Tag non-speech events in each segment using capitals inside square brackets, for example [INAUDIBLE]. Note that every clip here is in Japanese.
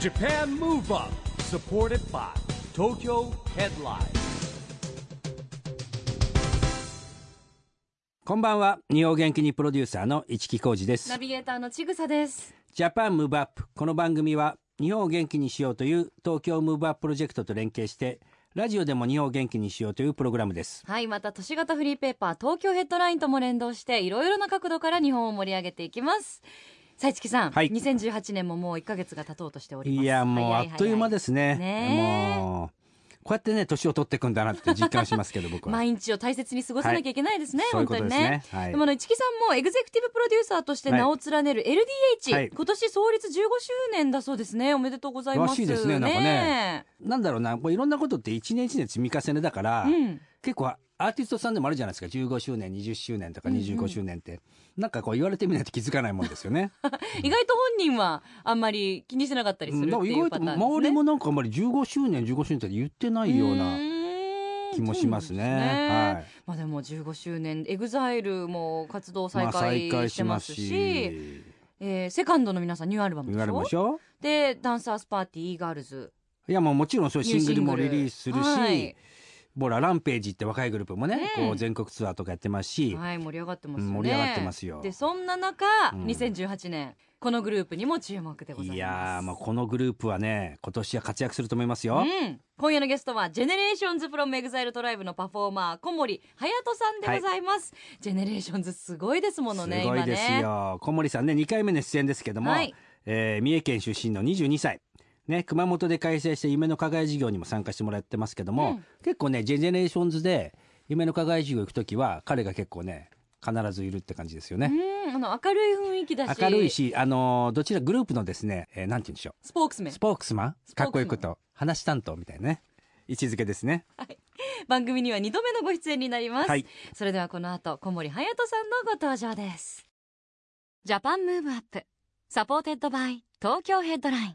Japan Move Up supported by Tokyo Headline こんばんは日本元気にプロデューサーの市木浩司ですナビゲーターのちぐさです。ジャパンムーブアップこの番組は日本を元気にしようという東京ムーブアッププロジェクトと連携してラジオでも日本を元気にしようというプログラムですはい、また都市型フリーペーパー東京ヘッドラインとも連動していろいろな角度から日本を盛り上げていきます。さいちきさん、はい2018年ももう1ヶ月が経とうとしております。。いやもうあっという間ですすねねえもうこうやってね年を取っていくんだなって実感しますけど僕は毎日を大切に過ごさなきゃいけないですね、はい本当にそういうことねですねはいでもあの市木さんもエグゼクティブプロデューサーとして名を連ねる LDH、はい今年創立15周年だそうですねおめでとうございますらしいですねなんかねなんだろうなこういろんなことって一年一年積み重ねだから、うん結構アーティストさんでもあるじゃないですか15周年20周年とか25周年って、なんかこう言われてみないと気づかないもんですよね意外と本人はあんまり気にしてなかったりするってだから意いう外パとターンですね周りもなんかあんまり15周年15周年って言ってないような気もしますねうーんそうなんですねはいまあでも15周年エグザイルも活動再まあ開してますし,、えーセカンドの皆さんニューアルバム言でわしれょましょでダンサーズパーティーイーガールズいやもうもちろんそういうシングルもニリューシングルリースするし、はいボラランページって若いグループもね、うんこう全国ツアーとかやってますし、はい盛り上がってますよねうん盛り上がってますよでそんな中、うん2018年このグループにも注目でございますいやーまあこのグループはね今年は活躍すると思いますよ、うん、今夜のゲストはジェネレーションズプロムエグザイルトライブのパフォーマー小森隼人さんでございます、ジェネレーションズすごいですものねすごい今ですねよ小森さんね2回目の出演ですけども、はいえー三重県出身の22歳ね、熊本で開催した夢の課外事業にも参加してもらってますけども、うん結構ねジェネレーションズで夢の課外事業行く時は彼が結構ね必ずいるって感じですよね、うんあの明るい雰囲気だし明るいしあのーどちらグループのですね、えーなんて言うんでしょスポークスメうンスポークスマンスポかークスマンっこよくと話担当みたいなね位置づけですね番組には2度目のご出演になります、はいそれではこの後小森隼人さんのご登場ですジャパンムーブアップサポーテッドバイ東京ヘッドライン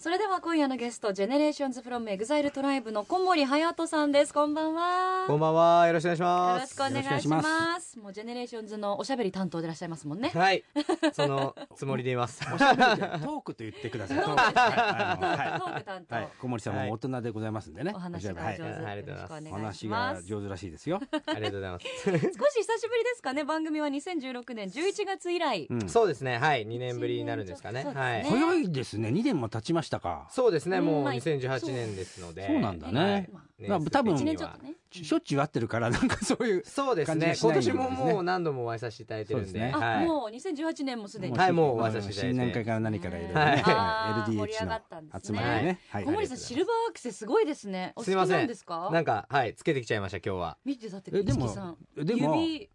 それでは今夜のゲストジェネレーションズフロムエグザイルトライブの小森隼人さんですこんばんはこんばんは、よろしくお願いしよまろしす。くお願いよろししくお願いしますもうジェネレーションズのおしゃべり担当でいらっしゃいますもんねはい、そのつもりでいます。トークと言ってくださいトークトーク担当、はい、小森さんも大人でございますんでね、お話がはい上手、はいよろしくお願いしおます話が上手らしい [LAUGHS] ですよ。ありがとうございま少し久しぶりですかね番組は2016年11月以来、うんす。そうですね、はい、2年ぶりになるんですかね。そうですねはい。早いですね、2年も経ちましたか。そうですね、うんもうまあ2018年ですので。そうなんだねはいまあ年数的には多分1年ちょっとねしょっちゅう会ってるから、なんかそういう。そうです感ね、じがし今ないんですね年ももう何度もお会いさせていただいてるそんうでで。すねあ、はい。もう2018年もすでに、はいもうお会いさせていただい新て年会から何からいろいろはいね、はいあー盛り上がったんです LDH ねの集まりでね。はい小森さんシルバーアクセすごいですねお好すきいまなせんんですかなんか、はい、つけてきちゃいました、今日は。見てだってえで美も月さんでも指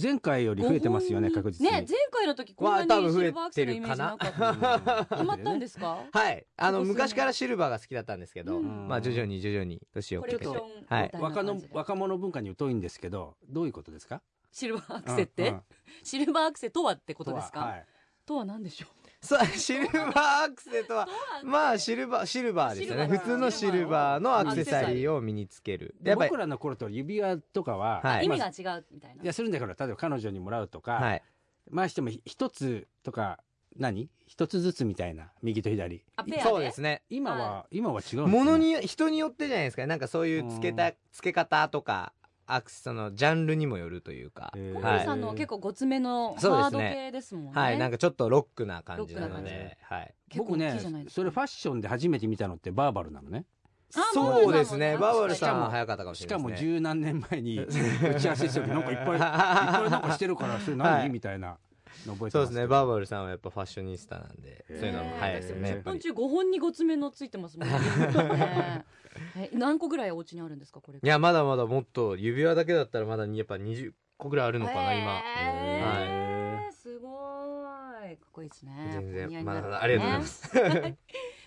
前回より増えてますよね、五確本に実に。。ね前回の時こんなわあ多に分シ増ルえバーアクセのイメージなかったハマったんですすかはい、あそうですの、よね昔からシルバーが好きだったんですけど、うんまあ、徐々に徐々に年をコかレけクてショ。ンみたはいない若感のじで若者文化に疎いんですけど、どういうことですか。シルバーアクセって、うんうんシルバーアクセとはってことですかとははいとは何でしょそう、シルバーアクセとは、まあ、シルバー、シルバーですよね。シルバー普通のシルバーのアクセサリーを身につける。やっぱり僕、らの頃と指輪とかは、はうい意ま味あが違うみたいないやするんだから例えば彼女にもらうとか、はい。まあしてもひ一つとか何一つずつみたいな右と左あペアでそうですね。今は、今は違うんですねものによ人によってじゃないですかねなんかそういうつけうたつけ方とかアクセそのジャンルにもよるというか、へー小は森いさんの結構ごつめのそうですねハード系ですもんねはいなんかちょっとロックな感じなロのックでな感はい結構僕大きいねじゃないですかそれファッションで初めて見たのってバーバルな [LAUGHS] のねあそうですねバーバーババルルささんんもも早かったかもししれなかいもですね十何年 [LAUGHS] 前に打ち合わせした時なんかいっぱいいっぱいなんかしてるからそれ何、はいみたいなの覚えてそまうですすねバーバルさんはやっぱファッショニスタなんでへーそういうのもはいですよねやっ10ぱ本り中5本にごつめのついてますもんね [LAUGHS] ねえ何個ぐらいお家にあるんですかこれいやまだまだもっと指輪だけだったらまだにやっぱ20個ぐらいあるのかな今へーはすごいかっこいいですね全お似合い然にまなだるねまだありがとうございます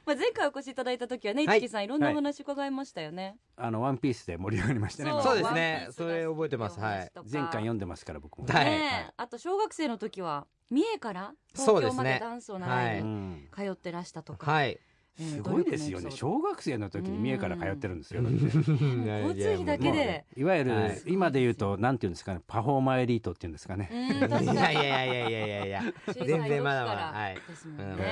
まあ、前回お越しいただいた時はね、はいいちきさんいろんなお話伺いましたよね、あのワンピースで盛り上がりましたねうまあそうですねワンピースが好きそれ覚えてますはいとか前回読んでますから僕も、だはいねえはいあと小学生の時は三重からそう東で京すまねでダンスを習いうんに通ってらしたとか、はいえーすごいですよ努力のエピソードね小学生の時に三重から通ってるんですよだって交通費だけで。いわゆる、はい今で言うとなんていうんですかねパフォーマーエリートっていうんですかね、うん、 [LAUGHS] いや確いかやいに。やいやいやいやいや小全さい時然まだまかだはらいですもうんんね。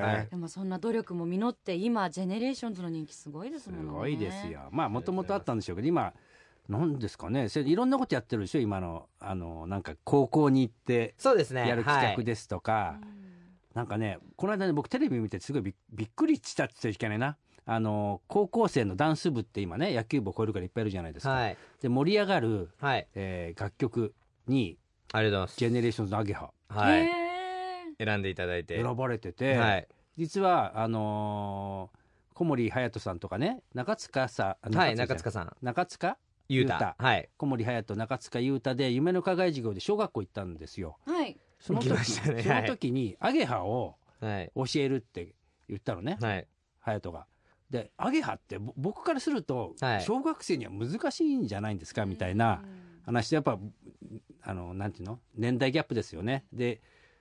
はいでもそんな努力も実って今ジェネレーションズの人気すごいですすもんね。ごいです。よまあもともとあったんでしょうけど今なんですかねせいろんなことやってるでしょ今のあのなんか高校に行ってそうですねやる企画でですとか、なんかねこの間ね僕テレビ見てすごいびっびっくりしたって言っちゃいけないなあの高校生のダンス部って今ね野球部を超えるからいっぱいいるじゃないですか、はいで盛り上がる、はいえー楽曲にありがとうございますジェネレーションズのアゲハはいへ選んでいただいて選ばれてて、はい実はあのー小森隼人さんとかね中塚さんはい中塚塚さん中塚ゆうゆうたたはい小森隼人中塚裕太で夢の課外授業で小学校行ったんですよーはい。その時,、行きましたねそはのい時にアゲハをはい教えるって言ったのねはい隼人が。でアゲハってぼ僕からするとはい小学生には難しいんじゃないんですか、みたいな話でやっぱあのなんていうの年代ギャップですよね。で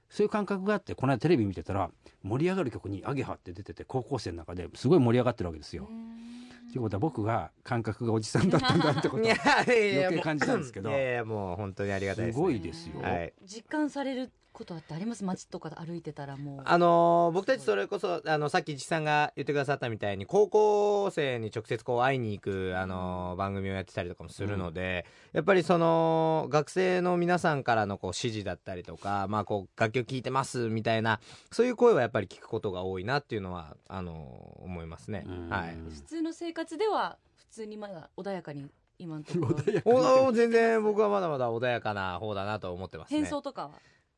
そういう感覚があってこの間テレビ見てたら盛り上がる曲に「アゲハ」って出てて高校生の中ですごい盛り上がってるわけですよ。っていうことは僕が感覚がおじさんだったんだってこと [LAUGHS] いやいやいや余計もう感じたんですけどいやいやもう本当にありがたすいですごねいですよ。はい実感されることってあります街とかで歩いてたらもう。あのー僕たちそれこそあのさっき一さんが言ってくださったみたいに高校生に直接こう会いに行く、あのー番組をやってたりとかもするので、やっぱりその学生の皆さんからのこう支持だったりとか、まあ、こう楽曲聴いてますみたいなそういう声はやっぱり聞くことが多いなっていうのはあのー思いますね。うんはい普通の生活では普通にまだ穏やかに今のところ穏やかにおお全然僕はまだまだ穏やかな方だなと思ってますね。変装とかは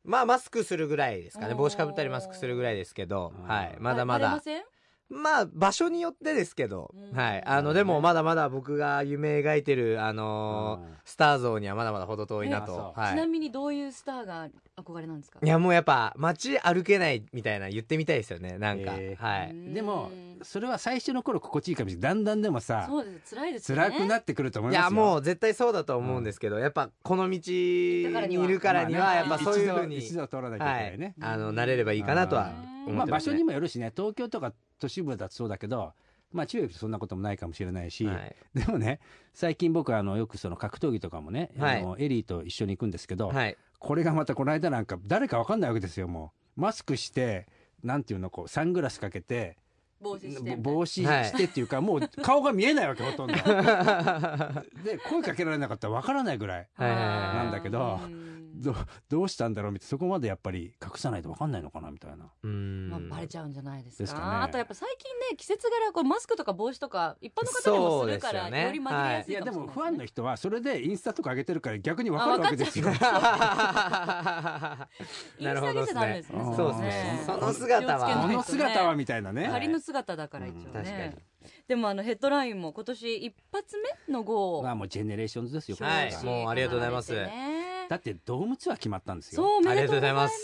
まあマスクするぐらいですかねおー帽子かぶったりマスクするぐらいですけど、うんはい、まだまバレだませんまあ、場所によってですけど、うんはい。あの、でも、まだまだ僕が夢描いてる、あのーうんスター像にはまだまだ程遠いなえとあ。そうは。ちないみにどういうスターが憧れなんですかいや、もうやっぱ、街歩けないみたいな言ってみたいですよね、なんか。えーはい。でもそれは最初の頃心地いいかもしれないだんだんでもさそうです辛いですよね辛くなってくると思いいますよ。や、もう絶対そうだと思うんですけど、やっぱ、この道にいるからにまあは、ねやっぱそういうふうに、一度一度取らなきゃはけいないいね。。あの、慣れればいいかなとうは思ってます、ね。んまあ場所にもよるしね東京とか都市部だとそうだけどまあ中国そんなこともないかもしれないし、はい。でもね最近僕はあのよくその格闘技とかもね、はいあのエリーと一緒に行くんですけど、はい。これがまたこの間なんか誰かわかんないわけですよもうマスクしてなんていうのこうサングラスかけて防止してぼ帽子子してっていうか、もう顔が見えないわけほとんど [LAUGHS] はで声かけられなかったらわからないぐらいいはいはいなはんい。だけどどどうしたんだろうみたいなそこまでやっぱり隠さないとわかんないのかなみたいな。うんまあ、バレちゃうんじゃないですかですかねあとやっぱ最近ね季節柄こうマスクとか帽子とか一般の方でもするからそうですよよ,、ねり紛れやすいいやかでもしれないもファンの人はそれでインスタとか上げてるから逆にわかるわけ [LAUGHS] ですよ。なるほどですね。インスタ上げちゃダメですねそうですね。その姿気をつこけないは。の姿はみたいなね。仮の姿だから一応確かね、でもあのヘッドラインも今年一発目の号をまあもうジェネレーションズですよ。はこいれがもうありがとうございますねだってドームツアー決まったんですよ。そうおめありでがととううございまございます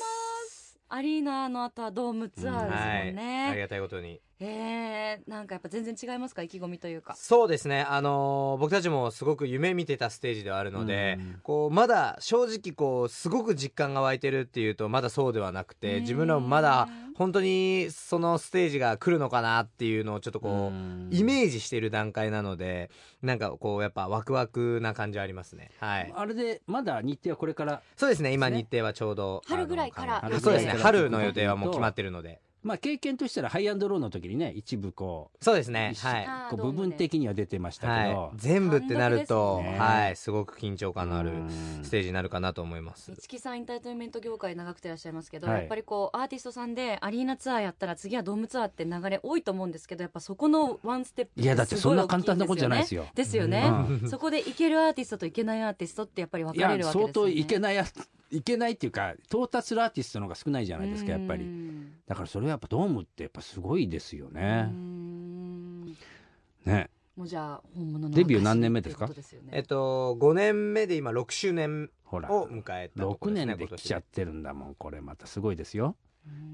すアリーナの後はドームツアーですもんね、ありがたいことに。えー、なんかやっぱ全然違いますか意気込みというかそうですね。あのー僕たちもすごく夢見てたステージではあるので、こう、まだ正直こう、すごく実感が湧いてるっていうと、まだそうではなくうて、ん自分らもまだ本当にそのステージが来るのかなっていうのをちょっとこう、イメージしてる段階なので、なんかこう、やっぱワクワクな感じはありますね。はい。あれでまだ日程はこれからそうですね。今ですね日程はちょうど。春ぐらいからあの予定そうですね。春の予定はもう決まってるので。まあ経験としたらハイアンドローの時にね一部こそうですうね。一はい。あーこドーう部ムで分的には出てましたけはどい。。全部ってなると、単独ですねはい。すごく緊張感のあるうんステージになるかなと思います美。月さんエンターテインメント業界長くていらっしゃいますけど、はいやっぱりこうアーティストさんでアリーナツアーやったら次はドームツアーって流れ多いと思うんですけどやっぱそこのワンステップいやだってそんな簡単なことじゃないですよよ。ですよね、そこでいけるアーティストといけないアーティストってやっぱり分いかやれるわけですよね相当いけないやいけないっていうか到達するアーティストの方が少ないじゃないですかやっぱり。うんだからそれはやっぱドームってやっぱすごいですよねう。んね。もうじゃあ本物のデビュー何年目ですかっていうことよねえっと、5年目で今6周年ほら。を迎えたとこ6ですね。年で来ちゃ今ってるんだもん、これまたすごいですよ。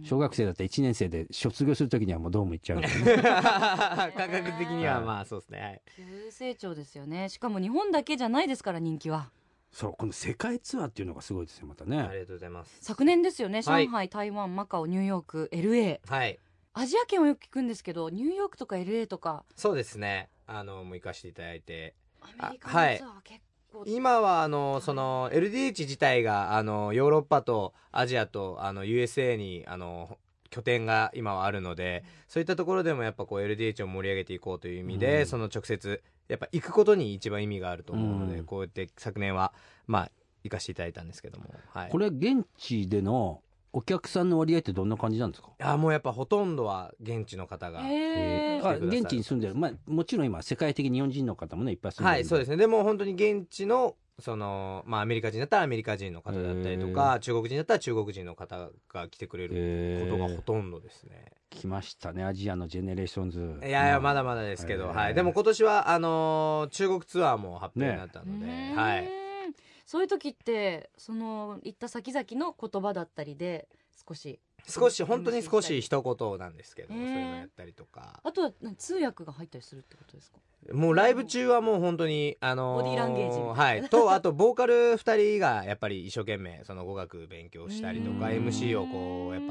小学生だったら1年生で卒業するときにはもうドーム行っちゃうん [LAUGHS] ですよね。年 [LAUGHS] 感覚的にはまあそうですね。はい急成長ですよねしかも日本だけじゃないですから人気はそう、この世界ツアーっていうのがすごいですよ、またありね。がとうございます。昨年ですよねは上い海、台湾マカオニューヨーク LA はい。アジア圏はよく聞くんですけどニューヨークとか LA とかそうですねあのもう行かせていただいてアメリカはのいツアーは結構、今はあのその LDH 自体があのヨーロッパとアジアとあの USA にあの拠点が今はあるのでそういったところでもやっぱこう LDH を盛り上げていこうという意味で、うんその直接やっぱ行くことに一番意味があると思うので、うんこうやって昨年はまあ行かせていただいたんですけども、はい、これ現地でのお客さんの割合ってどんな感じなんですかあもうやっぱほとんどは現地の方がへーあ現地に住んでる、まあ、もちろん今世界的に日本人の方もねいっぱい住んでるはいそうですすねでも本当に現地のそのまあアメリカ人だったらアメリカ人の方だったりとか中国人だったら中国人の方が来てくれることがほとんどですね、来ましたねアジアのジェネレーションズいやいやうんまだまだですけど、えーはいでも今年はあのー中国ツアーも発表になったので、ねはいそういう時ってその行った先々の言葉だったりで少し少し本当に少し一言なんですけど、えーそういうのやったりとかあとは何通訳が入ったりするってことですかもうライブ中はもう本当にあのボディーランゲージみたいなはいとあとボーカル2人がやっぱり一生懸命その語学勉強したりとかうーん MC をこうやっ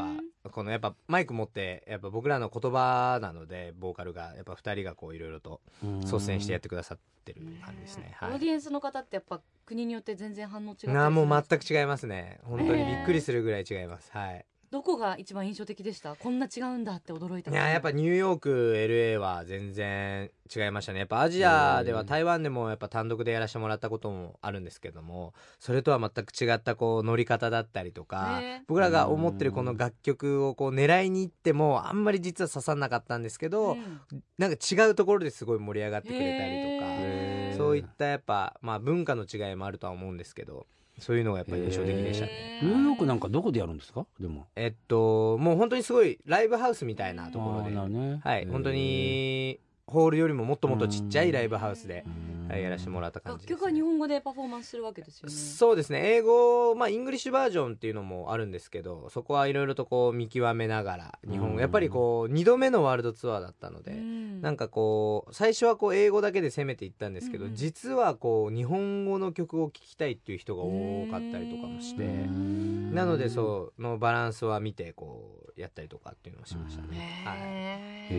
ぱこのやっぱマイク持ってやっぱ僕らの言葉なのでボーカルがやっぱ2人がこういろいろとうん率先してやってくださってる感じですね、オはーいディエンスの方ってやっぱ国によって全然反応違ってなあもう全く違いますね本当にびっくりするぐらい違います、はいどこが一番印象的でしたこんな違うんだって驚いたいややっぱニューヨーク LA は全然違いましたねやっぱアジアでは台湾でもやっぱ単独でやらせてもらったこともあるんですけどもそれとは全く違ったこう乗り方だったりとか、ね僕らが思ってるこの楽曲をこう狙いに行ってもあんまり実は刺さんなかったんですけうど、んなんか違うところですごい盛り上がってくれたりへとーかそういったやっぱ、まあ、文化の違いもあるとは思うんですけどそういうのがやっぱり印象的でしたね。へニューヨークなんかどこでやるんですかでもえっともう本当にすごいライブハウスみたいなところあでーなるほどねはい、本当にホールよりももっともっとちっちゃいライブハウスでう、んはいやらせてもらった感楽じです、曲は日本語でパフォーマンスするわけですよねそうですね英語、まあ、イングリッシュバージョンっていうのもあるんですけどそこはいろいろとこう見極めながら日本うんやっぱりこう2度目のワールドツアーだったので、うんなんかこう最初はこう英語だけで攻めていったんですけど、うんうん実はこう日本語の曲を聴きたいっていう人が多かったりとかもしてうんなのでそのバランスは見てこうやったりとかっていうのをしましたね。はいへ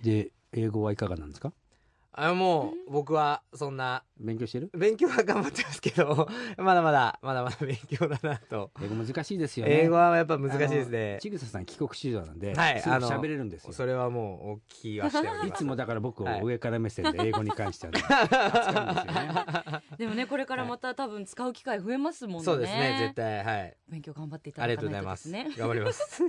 えーーで英語はいかがなんですかあもう僕はそんな勉強してる勉強は頑張ってますけどまだまだまだまだ勉強だなと、英語難しいですよね英語はやっぱ難しいですあねのちぐささん帰国子女なんで、はいすぐあの喋れるんですよそれはもうお聞きはしておりいまつすもだから僕はいを上から目線で英語に関しては、 [LAUGHS] ね、扱うんですよねでもねこれからまた多分使う機会増えますもんねそうですね絶対はい勉強頑張っていたあだりがかとうごなざいい [LAUGHS] とでますすね頑張ります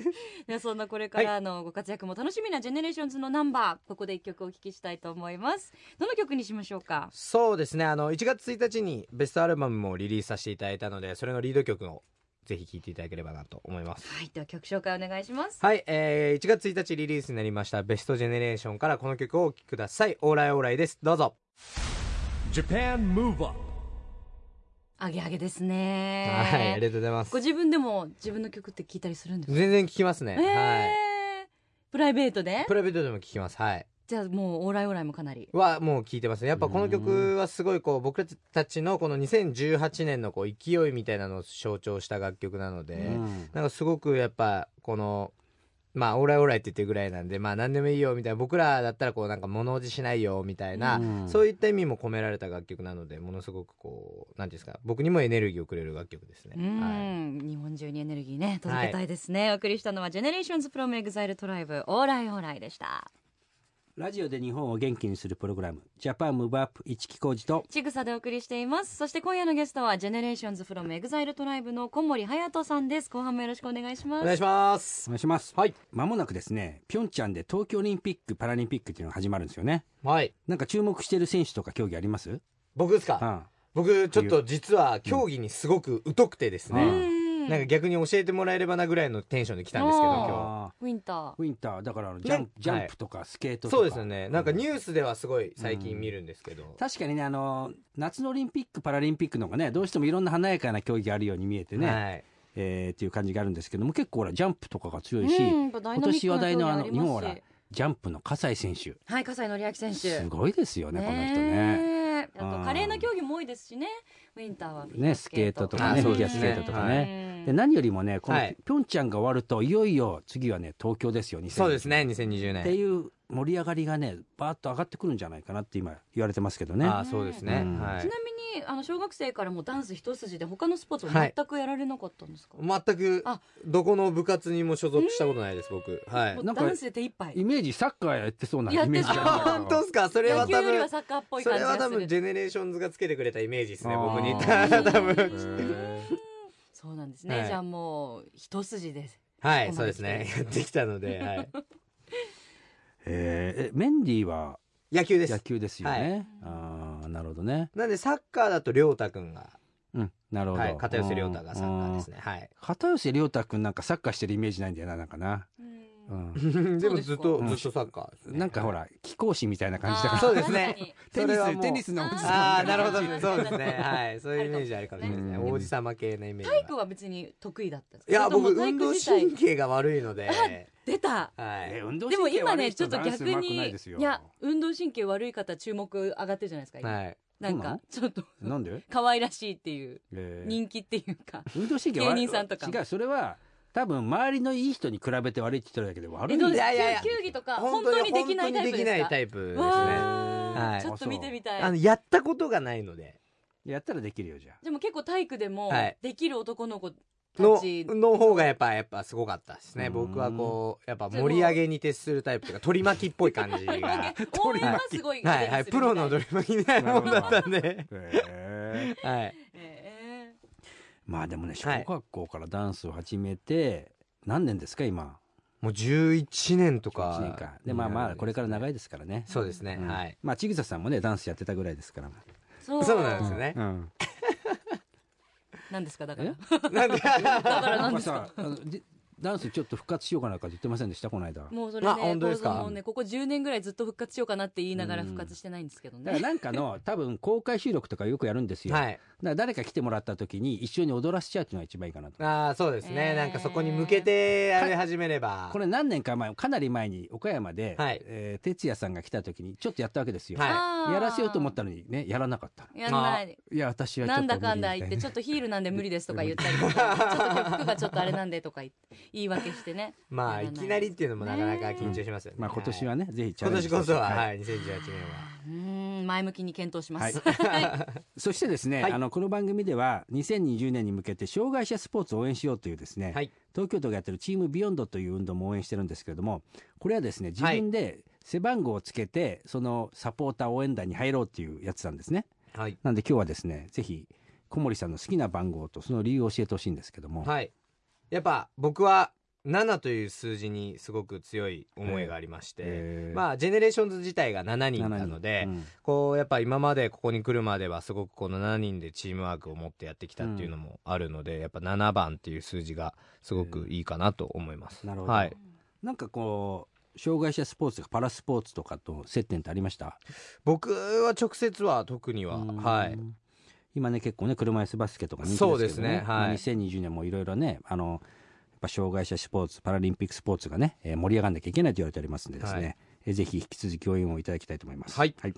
では [LAUGHS] そんなこれからのご活躍も楽しみなジェネレーションズのナンバーここで一曲お聞きしたいと思いますどの曲にしましょうかそうですねあの1月1日にベストアルバムもリリースさせていただいたのでそれのリード曲をぜひ聴いていただければなと思いますはいでは曲紹介お願いしますはい、えー、1月1日リリースになりましたベストジェネレーションからこの曲をお聴きくださいオーライオーライですどうぞ [LAUGHS] Japan Move Up あげあげですねはいありがとうございますご自分でも自分の曲って聞いたりするんですか全然聞きますね、えはいープライベートでプライベートでも聞きますはいじゃあもうオーライオーライもかなりはもう聞いてますねやっぱこの曲はすごいこう僕たちのこの2018年のこう勢いみたいなのを象徴した楽曲なので、うんなんかすごくやっぱこのまあオーライオーライって言ってるぐらいなんでまあ何でもいいよみたいな僕らだったらこうなんか物おじしないよみたいな、うんそういった意味も込められた楽曲なのでものすごくこう何ていうんですか僕にもエネルギーをくれる楽曲ですねうはいん、日本中にエネルギーね届けたいですね、お送りしたのはジェネレーションズプロムエグザイルトライブオーライオーライでしたラジオで日本を元気にするプログラム「ジャパンムーブアップ一木工事とちぐさでお送りしていますそして今夜のゲストはジェネレーションズフロムエグザイルトライブの小森隼人さんです後半もよろしくお願いしまおす願いしますお願いします。はい。まもなくですね、ピョンチャンで東京オリンピック・パラリンピックっていうのが始まるんですよね。はいなんか注目してる選手とか競技あります僕ですか、あ僕ちょっと実は競技にすごく疎くてですね、ううんなんか逆に教えてもらえればなぐらいのテンションで来たんですけどあー今あウィンターー。ウィンター、だからあのジャンプ、ねジャンプとかスケートと日か。そうですよねなんかニュュースではすごい最近見るんですけど、確かにね、あの、夏のオリンピック・パラリンピックの方がね、どうしてもいろんな華やかな競技があるように見えてね、はい、えーっていう感じがあるんですけども、結構ほら、ジャンプとかが強いし、うんやっぱダイ今ナミッ年クな話題のあの、競技ありま日すし本ほら、ジャンプの葛西選手。はい笠井紀明選手すごいですよね、この人ね。ねえあうとん華麗な競技も多いですしねウィンターはね、スケートとかあね、そフうィギュでアすねスケートとかね。で何よりもねこのはいピョンチャンが終わるといよいよ次はね東京ですよ2020そうですね2020って年いう盛り上がりがねバーッと上がってくるんじゃないかなって今言われてますけどねああそうですね、うんはいちなみにあの小学生からもうダンス一筋で他のスポーツは全くやられなかったんですか、全くあどこの部活にも所属したことないです僕はいもうなんかダンスで手一杯イメージサッカーやってそうなやっイメてージそうがある本当ですかそれは野球よ多り分はサッカーっぽいそ感れじがはする多分ジェネレーションズがつけてくれたイメージですねあー僕に多へ分ーそうなんですね、はいじゃあもう一筋ですはこいこそまでう来ですてね [LAUGHS] やってきたので、はい、えーえメンディーは野球で野す球ですよね、はああなるほどねなんでサッカーだと亮太くんがうんなるほど、はい片寄亮太がサッカーですねねはい片寄亮太くんなんかサッカーしてるイメージないんだよななんかな、ううんん、 [LAUGHS] [LAUGHS] でもずっとうんずっとサッカーですねなんかほら貴公子みたいな感じだからそうですね [LAUGHS] テ確かにニそれはスもうテニスのおじさんああなるほどうんそうですね [LAUGHS] はいそういうイメージあるかもしれないですねうん王子様系のイメージ体は育は別に得意だったんですいかそやれとも僕体運育動自体神経が悪いので出たはいえ運動でも神経今悪いねちょ人っとダンス逆上手くないにですよいや運動神経悪い方注目上がってるじゃないですか、今はいなんそうなかのちょっとなんで、可愛らしいっていうえー人気っていうか運動神経悪い芸人さんとか違うそれは多分周りのいい人に比べて悪いって言ってるだけで悪いえどうですいやいやいや球球技とか本当にできないタイプ本当にできなでいすかタイプですねわはあいちょっと見てみたあのいやったことがないのでやったらできるよじゃあでも結構体育でもはいできる男の子たのちの方がやっぱやっぱすごかったですうねん僕はこうやっぱ盛り上げに徹するタイプというか取り巻きっぽい感 [LAUGHS] じが応援はすごいはいはいプロの取り巻きみたいなもんだったんでへ [LAUGHS] ーはいええまあでもね小はい学校からダンスを始めて何年ですか今もう11年とか1年かでまあまあこれから長いいですからねそうですねうんはいまあちぐささんもねダンスやってたぐらいですからそうそうなんですよねうんなんですかだからえなんだでからななんかんですかさあのじダンスちょっと復活しようかなんか言ってませんでしたこの [LAUGHS] 間だかもうそれあね本当ですか構造もねここ10年ぐらいずっと復活しようかなって言いながら復活してないんですけどらねなんかの多分公開収録とかよくやるんですよはいだから誰か来てもらった時に一緒に踊らせちゃうっていうのが一番いいかなとああそうですえねーなんかそこに向けてやり始めればこれ何年か前かなり前に岡山で、はいえー哲也さんが来た時にちょっとやったわけですよ、はいあーやらせようと思ったのにねやらなかったのやんないいや私はちょっなと無理んだかんだみ言ったていなちょっとヒールなんで無理ですとか言ったりとかちょっと今日服がちょっとあれなんでとか言って言い訳してね [LAUGHS] まあいきなりっていうのもなかなか緊張しますよ [LAUGHS] ねまあ今年はね、ぜひチャ今レンジ年してほしこいはそは、いはい、2018うーん前向きに検討します、そしてですね、はいあのこの番組では2020年に向けて障害者スポーツを応援しようというですね、はい東京都がやってるチームビヨンドという運動も応援してるんですけれどもこれはですね自分で背番号をつけてそのサポーター応援団に入ろうっていうやつなんですね年は。はい。なんで今日はですねぜひ小森さんの好きな番号とその理由を教えてほしいんですけども、はい。やっぱ僕は7という数字にすごく強い思いがありまして、えーまあ、ジェネレーションズ自体が7人7な人ので、うんこう、やっぱ今までここに来るまではすごくこの7人でチームワークを持ってやってきたっていうのもあるので、やっぱ7番っていう数字がすごくいいかなと思います。なるほどはい。なんかこう障害者スポーツとかパラスポーツとかと接点ってありました僕は直接は特には、うんはい。今ね結構ね車椅子バスケとか人気ですけど、ね、そうですねはいまあ2020年もいろいろねあのやっぱ障害者スポーツパラリンピックスポーツがね、えー盛り上がんなきゃいけないと言われておりますんでですね、はいえーぜひ引き続き応援をいただきたいと思います、はいお願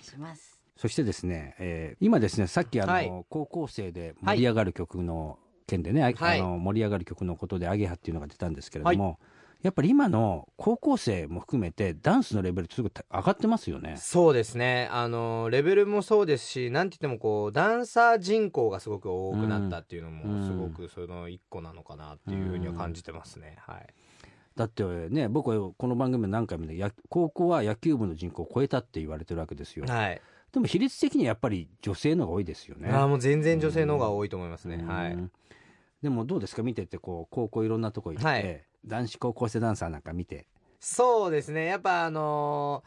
いしますそしてですね、えー今ですねさっきあの、はい高校生で盛り上がる曲の件でね、あはいあの盛り上がる曲のことで「アゲハ」っていうのが出たんですけれども、やっぱり今の高校生も含めてダンスのレベルすごい上がってますよね。そうですね。あの、レベルもそうですし、なんて言ってもこう、ダンサー人口がすごく多くなったっていうのうんも、すごくその一個なのかなっていうふうには感じてますね。はい。だってね僕はこの番組で何回もねや高校は野球部の人口を超えたって言われてるわけですよはい。でも比率的にはやっぱり女性の方が多いですよねああ、もう全然女性の方が多いと思いますね。うんはい。でもどうですか見ててこう高校いろんなとこ行って、はい男子高校生ダンサーなんか見てそうですね。やっぱあの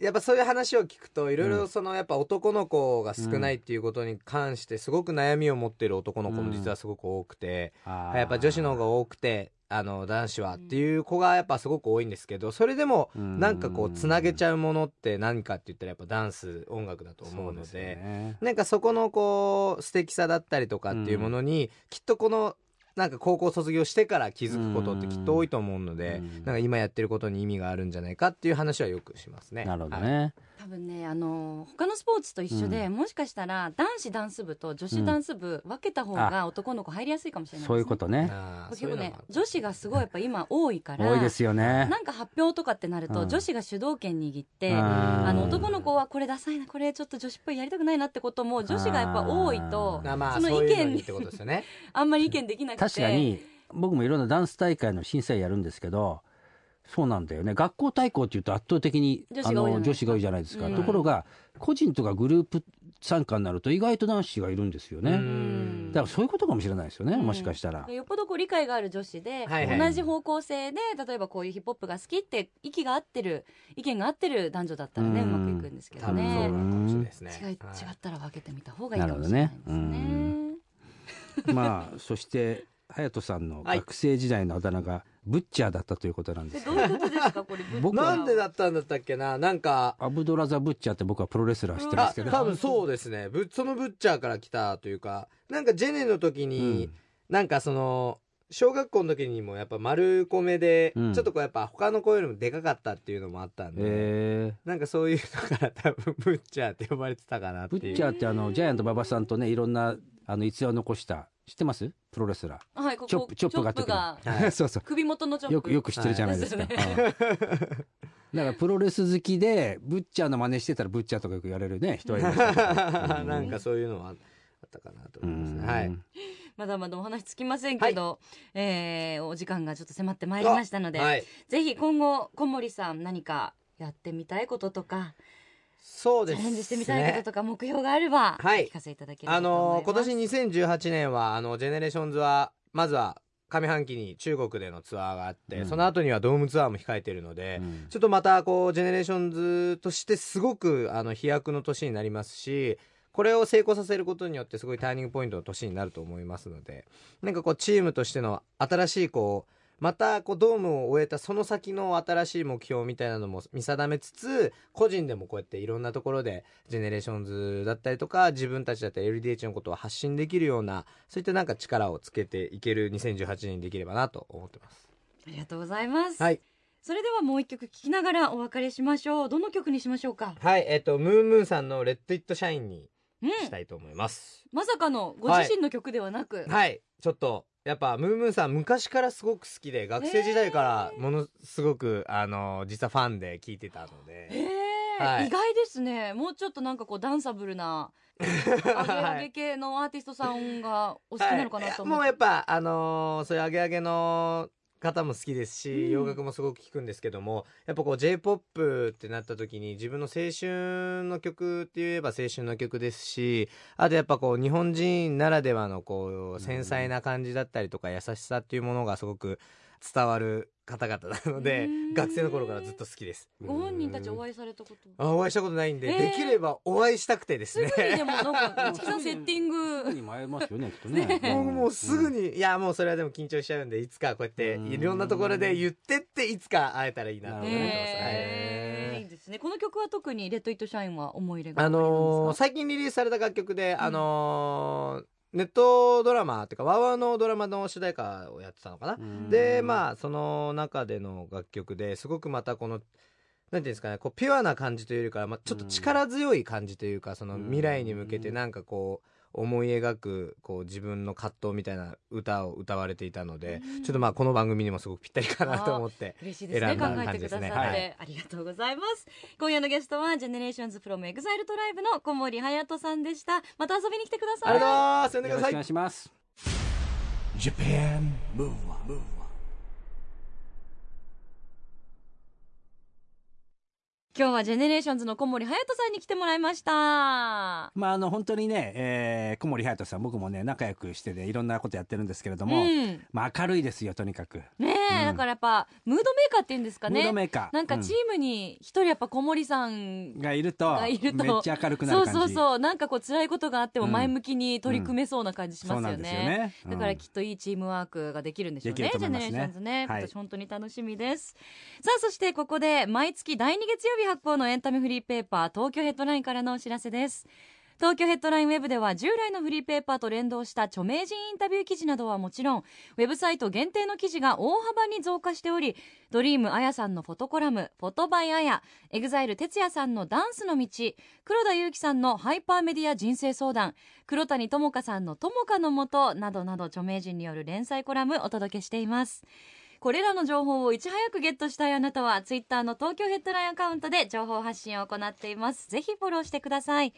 ーやっぱそういう話を聞くといろいろそのやっぱ男の子が少ないっていうことに関してすごく悩みを持ってる男の子も実はすごく多くて、はいやっぱ女子の方が多くてあの男子はっていう子がやっぱすごく多いんですけどそれでもうんなんかこうつなげちゃうものって何かって言ったらやっぱダンス音楽だと思うのでそうですよねなんかそこのこう素敵さだったりとかっていうものに、きっとこのなんか高校卒業してから気づくことってきっと多いと思うので、うんなんか今やってることに意味があるんじゃないかっていう話はよくしますね。なるほどはいね、多分ねあの他のスポーツと一緒で、もしかしたら男子ダンス部と女子ダンス部、分けた方が男の子入りやすいかもしれないです、ね、そういうことねあー結構ねそういうのもある女子がすごいやっぱ今多いから多いですよねなんか発表とかってなると、うん女子が主導権握って、ああのー男の子はこれダサいなこれちょっと女子っぽいやりたくないなってことも女子がやっぱ多いとああまあそそのう意いうの見ににってことです [LAUGHS] よねあんまり意見できなくて確かに僕もいろんなダンス大会の審査員やるんですけどそうなんだよね学校対抗っていうと圧倒的に女あ子が多いじゃないですかの女子が多いじゃないですか、うんところが個人とかグループ参加になると意外と男子がいるんですよね、ううんんだからそういうことかもしれないですよね、うんもしかしたら。よっぽどこう理解がある女子で、はいはい同じ方向性で例えばこういうヒップホップが好きって息が合ってる意見が合ってる男女だったらねううんまくいくんですけど多分そうなねのかもしれないですね違い違っはいたら分けてみた方がいいかもしれないなるですほどねうね。まあそして隼人さんの学生時代のあだ名がブッチャーだったということなんでですどういうことですかこれ僕はなんでだったんだったっけななんかアブドラザ・ブッチャーって僕はプロレスラー知ってまあすけど、多分そうですねぶそのブッチャーから来たというかなんかジェネの時うに、んなんかその小学校の時にもやっぱ丸米で、うんちょっとこうやっぱ他の子よりもでかかったっていうのもあったんで、えなんかそういうのから多分ブッチャーって呼ばれてたかなっーブていうッチャーってあのジャイアント馬場さんとねいろんなあの逸話を残した知ってますプロレスラー。はいここチョップチョップがあった時がは [LAUGHS] いそう [LAUGHS] そ首元のチョッうプよくよく知ってるじゃないですか、うんだからプロレス好きでブッチャーの真似してたらブッチャーとかよく言われるね人はいましたけ [LAUGHS] どうんなんかそういうのもあったかなとう思いますね。んはい。まだまだお話つきませんけど、えーお時間がちょっと迫ってまいりましたので、はい。ぜひ今後小森さん何かやってみたいこととかそうチです、ャね。レンジしてみたいこととか目標があれば、はいお聞かせいただければあと思のいま今す。年2018年はあのジェネレーションズはまずは上半期に中国でのツアーがあって、うんその後にはドームツアーも控えているので、うんちょっとまたこうジェネレーションズとしてすごくあの飛躍の年になりますしこれを成功させることによってすごいターニングポイントの年になると思いますのでなんかこうチームとしての新しいこうまたこうドームを終えたその先の新しい目標みたいなのも見定めつつ個人でもこうやっていろんなところでジェネレーションズだったりとか自分たちだったり LDH のことを発信できるようなそういったなんか力をつけていける2018年にできればなと思ってます。ありがとうございます。はいそれではもう一曲聴きながらお別れしましょう。どの曲にしましょうか。はい、えっ、と、ムーンムーンさんのレッド・イット・シャインにうん。したいと思います。まさかのご自身の曲ではなく、はい、ちょっと、やっぱ、ムーンムーンさん昔からすごく好きで、学生時代からものすごく、あの、実はファンで聞いてたのえで。ーはい意外ですね。もうちょっとなんかこうダンサブル [LAUGHS] なアゲアゲ系のアーティストさんがお好きなのかなと思っもうて。やっぱ、あのーそういうアゲアゲの方も好きですし、うん洋楽もすごく聞くんですけども、やっぱこう J-POP ってなった時に自分の青春の曲って言えば青春の曲ですし、あとやっぱこう日本人ならではのこう繊細な感じだったりとか優しさっていうものがすごく伝わる方々なのでうん、学生の頃からずっと好きです。ご本人たちお会いされたこと。あお会いしたことないんで、えーできればお会いしたくてですすぐね。にでも [LAUGHS] なんか、一木さんセッティンすぐにグ。迷いますよねきっとねもうもうすぐに、いやもうそれはでも緊張しちゃうんでいつかこうやってうんいろんなところで言ってっていつか会えたらいいなと思ってます、えーはいいですね。この曲は特にレッド・イット・シャインは思い入れがああるんですか。のー最近リリースされた楽曲で、あのーネットドラマっていうかワーワーのドラマの主題歌をやってたのかな、でまあその中での楽曲ですごくまたこのなんていうんですかねこうピュアな感じというよりかは、まあ、ちょっと力強い感じというかそのうん未来に向けてなんかこう思い描くこう自分の葛藤みたいな歌を歌われていたのでうんちょっとまあこの番組にもすごくぴったりかなと思って。嬉しいですね選ん考だえ感てじくでださすって、ねありがとうございます今夜のゲストはジェネレーションズフロムエグザイルトライブの小森隼人さんでしたまた遊びに来てくださあいりがとうございます。呼んでよくろしだくさおい願い。します。 Japan Move Up 今日はジェネレーションズの小森隼人さんに来てもらいましたまああの本当にね、えー、小森隼人さん僕もね仲良くしてねいろんなことやってるんですけれども、うんまあ明るいですよとにかく。ねえ、だからやっぱムードメーカーっていうんですかねムードメーカーなんかチームに一人やっぱ小森さんがいるとがいるとめっちゃ明るくなる感じ。そうそうそうなんかこう辛いことがあってもうん前向きに取り組めそうな感じしますようんそね,、うなんですよねうんだからきっといいチームワークができるんでしょうねできるとジ思ェいまネすレねーションズね、はい今年本当に楽しみですさあそしてここで毎月第2月曜日発行のエンタメフリーペーパー東京ヘッドラインからのお知らせです東京ヘッドラインウェブでは従来のフリーペーパーと連動した著名人インタビュー記事などはもちろんウェブサイト限定の記事が大幅に増加しておりドリームあやさんのフォトコラム「フォトバイあや」エグザイル哲也さんの「ダンスの道」黒田祐樹さんの「ハイパーメディア人生相談」黒谷友香さんの「友香のもと」などなど著名人による連載コラムお届けしていますこれらの情報をいち早くゲットしたいあなたはツイッターの東京ヘッドラインアカウントで情報発信を行っていますぜひフォローしてください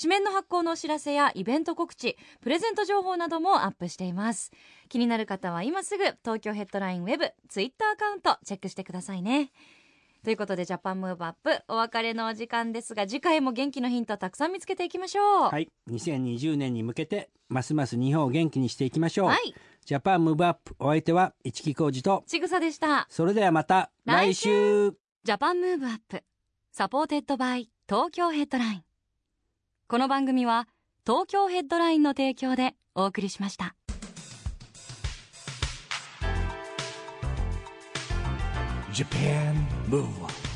紙面の発行のお知らせやイベント告知プレゼント情報などもアップしています気になる方は今すぐ東京ヘッドラインウェブツイッターアカウントチェックしてくださいねということでジャパンムーブアップお別れのお時間ですが次回も元気のヒントたくさん見つけていきましょうは、はいい、2020年に向けてますます日本を元気にしていきましょう、ジャパンムーブアップお相手は市木浩二とちぐさでしたそれではまた来来週ジャパンムーブアップサポーテッドバイ東京ヘッドラインこの番組は東京ヘッドラインの提供でお送りしました Japan Move Up